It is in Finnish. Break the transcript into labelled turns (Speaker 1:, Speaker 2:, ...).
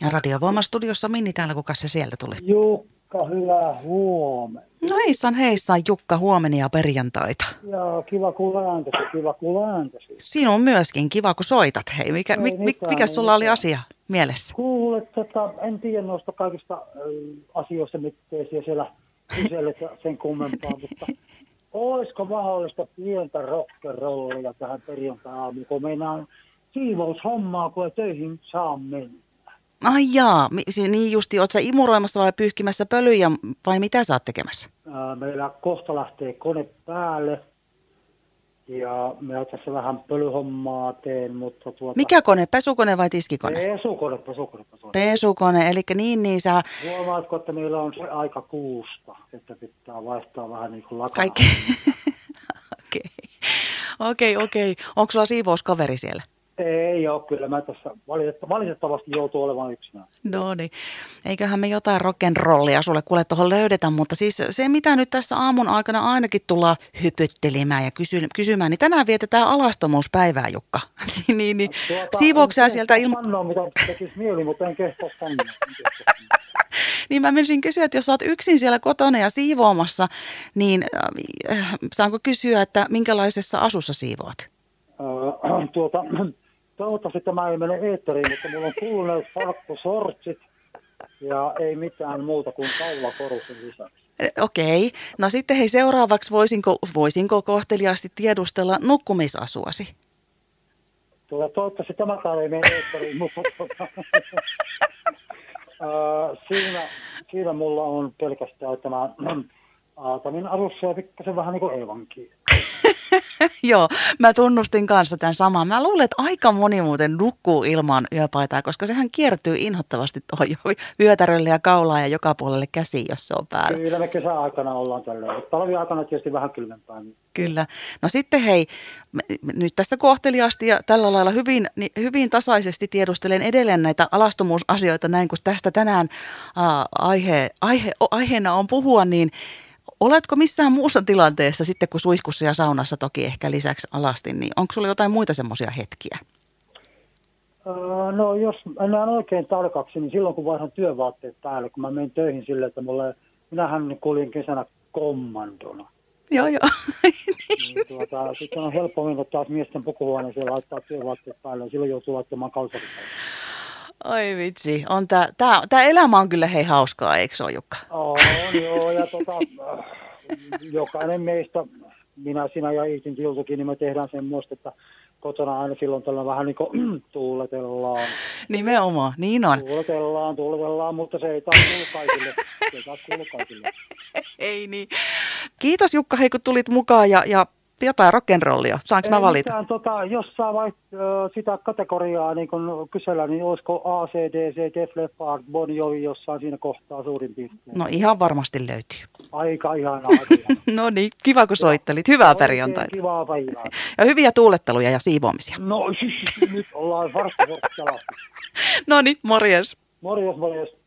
Speaker 1: Ja Radiovoiman studiossa Minni täällä, kuka se sieltä tuli?
Speaker 2: Jukka, hyvää huomenta.
Speaker 1: No heissan heissan Jukka huomenia ja perjantaita.
Speaker 2: Ja kiva kuulla ääntäsi, kiva kuulla ääntäsi.
Speaker 1: Sinun myöskin, kiva kun soitat. Hei, mikä,
Speaker 2: Ei
Speaker 1: mik, mik,
Speaker 2: mitään,
Speaker 1: mikä
Speaker 2: ei
Speaker 1: sulla oli
Speaker 2: mitään.
Speaker 1: asia mielessä?
Speaker 2: Kuule, tota, en tiedä noista kaikista ö, asioista, mitä siellä, siellä kyselet ja sen kummempaa, mutta olisiko mahdollista pientä rockerollia tähän perjantai-aamuun, kun meinaan siivoushommaa, kun ei töihin saa mennä.
Speaker 1: Ai jaa, mi- si- niin justi, oot sä imuroimassa vai pyyhkimässä pölyjä vai mitä sä oot tekemässä?
Speaker 2: Ää, Meillä kohta lähtee kone päälle ja minä tässä vähän pölyhommaa teen, mutta tuota...
Speaker 1: Mikä kone, pesukone vai tiskikone?
Speaker 2: Pesukone, pesukone, pesukone.
Speaker 1: Pesukone, eli niin, niin sä
Speaker 2: Huomaatko, että meillä on se aika kuusta, että pitää vaihtaa vähän niin kuin lakana.
Speaker 1: kaikki... Okei, okei, okei. Onko sulla siivouskaveri siellä?
Speaker 2: Ei ole, kyllä mä tässä valitettavasti, valitettavasti joutuu olemaan yksinään.
Speaker 1: No niin, eiköhän me jotain rock'n'rollia sulle kuule tuohon löydetä, mutta siis se mitä nyt tässä aamun aikana ainakin tullaan hypyttelemään ja kysy- kysymään, niin tänään vietetään alastomuuspäivää Jukka. niin, niin, niin.
Speaker 2: No,
Speaker 1: Siivouksia
Speaker 2: Tuota, en
Speaker 1: sieltä
Speaker 2: kehtaa
Speaker 1: ilman,
Speaker 2: Sanoa, mitä tekisi mieli, mutta en kehtaa sanoa. En kehtaa sanoa.
Speaker 1: niin mä menisin kysyä, että jos sä oot yksin siellä kotona ja siivoamassa, niin äh, saanko kysyä, että minkälaisessa asussa siivoat?
Speaker 2: Öö, tuota, toivottavasti tämä ei mene eetteriin, mutta mulla on kuluneet farkkusortsit ja ei mitään muuta kuin kaulakorusen lisäksi.
Speaker 1: Eh, Okei, no sitten hei seuraavaksi voisinko, voisinko kohteliaasti tiedustella nukkumisasuasi?
Speaker 2: Tuota, toivottavasti tämäkään ei mene eetteriin, mutta tuota, öö, siinä, siinä mulla on pelkästään tämä Aatamin alussa ja pikkasen vähän niin kuin Eevankin.
Speaker 1: Joo, mä tunnustin kanssa tämän saman. Mä luulen, että aika moni muuten nukkuu ilman yöpaitaa, koska sehän kiertyy inhottavasti tuohon jo- vyötärölle ja kaulaan ja joka puolelle käsiin, jos se on päällä.
Speaker 2: Kyllä me kesäaikana ollaan tällöin, mutta talviaikana tietysti vähän kylmempää. Niin.
Speaker 1: Kyllä. No sitten hei, m- m- nyt tässä kohteliaasti ja tällä lailla hyvin, ni- hyvin tasaisesti tiedustelen edelleen näitä alastomuusasioita näin, kun tästä tänään ää, aihe, aihe, o- aiheena on puhua, niin oletko missään muussa tilanteessa sitten kuin suihkussa ja saunassa toki ehkä lisäksi alasti, niin onko sulla jotain muita semmoisia hetkiä?
Speaker 2: Öö, No jos mennään oikein tarkaksi, niin silloin kun vaihdan työvaatteet päälle, kun mä menin töihin sille, että mulle, minähän kuljin kesänä kommandona.
Speaker 1: Joo, joo.
Speaker 2: Niin tuota, sitten on helppo mennä taas miesten pukuhuoneeseen ja laittaa työvaatteet päälle ja silloin joutuu laittamaan kalsarit. päälle.
Speaker 1: Ai vitsi. On tää, tää, tää elämä on kyllä hei hauskaa, eikö se ole Jukka?
Speaker 2: On, joo, ja tota, äh, jokainen meistä, minä, sinä ja Iitin Tiltukin, niin me tehdään semmoista, että kotona aina silloin tällä vähän niin kuin tuuletellaan.
Speaker 1: Nimenomaan, niin on.
Speaker 2: Tuuletellaan, tuuletellaan, mutta se ei taas kuulu kaikille. Se ei taas kuulu kaikille.
Speaker 1: Ei niin. Kiitos Jukka, hei kun tulit mukaan ja, ja jotain rock'n'rollia. Saanko mä
Speaker 2: Ei
Speaker 1: valita?
Speaker 2: Mitään, tota, jos sä vaiht, ö, sitä kategoriaa niin kun kysellä, niin olisiko ACDC, Def Leppard, Bon Jovi jossain siinä kohtaa suurin piirtein.
Speaker 1: No ihan varmasti löytyy.
Speaker 2: Aika ihanaa. aika ihanaa.
Speaker 1: No niin, kiva kun soittelit. Hyvää
Speaker 2: Oikein
Speaker 1: perjantaita.
Speaker 2: Kivaa päivää.
Speaker 1: Ja hyviä tuuletteluja ja siivoamisia.
Speaker 2: Mm. No nyt ollaan varttivorttelassa.
Speaker 1: No niin, morjens.
Speaker 2: Morjes, morjes.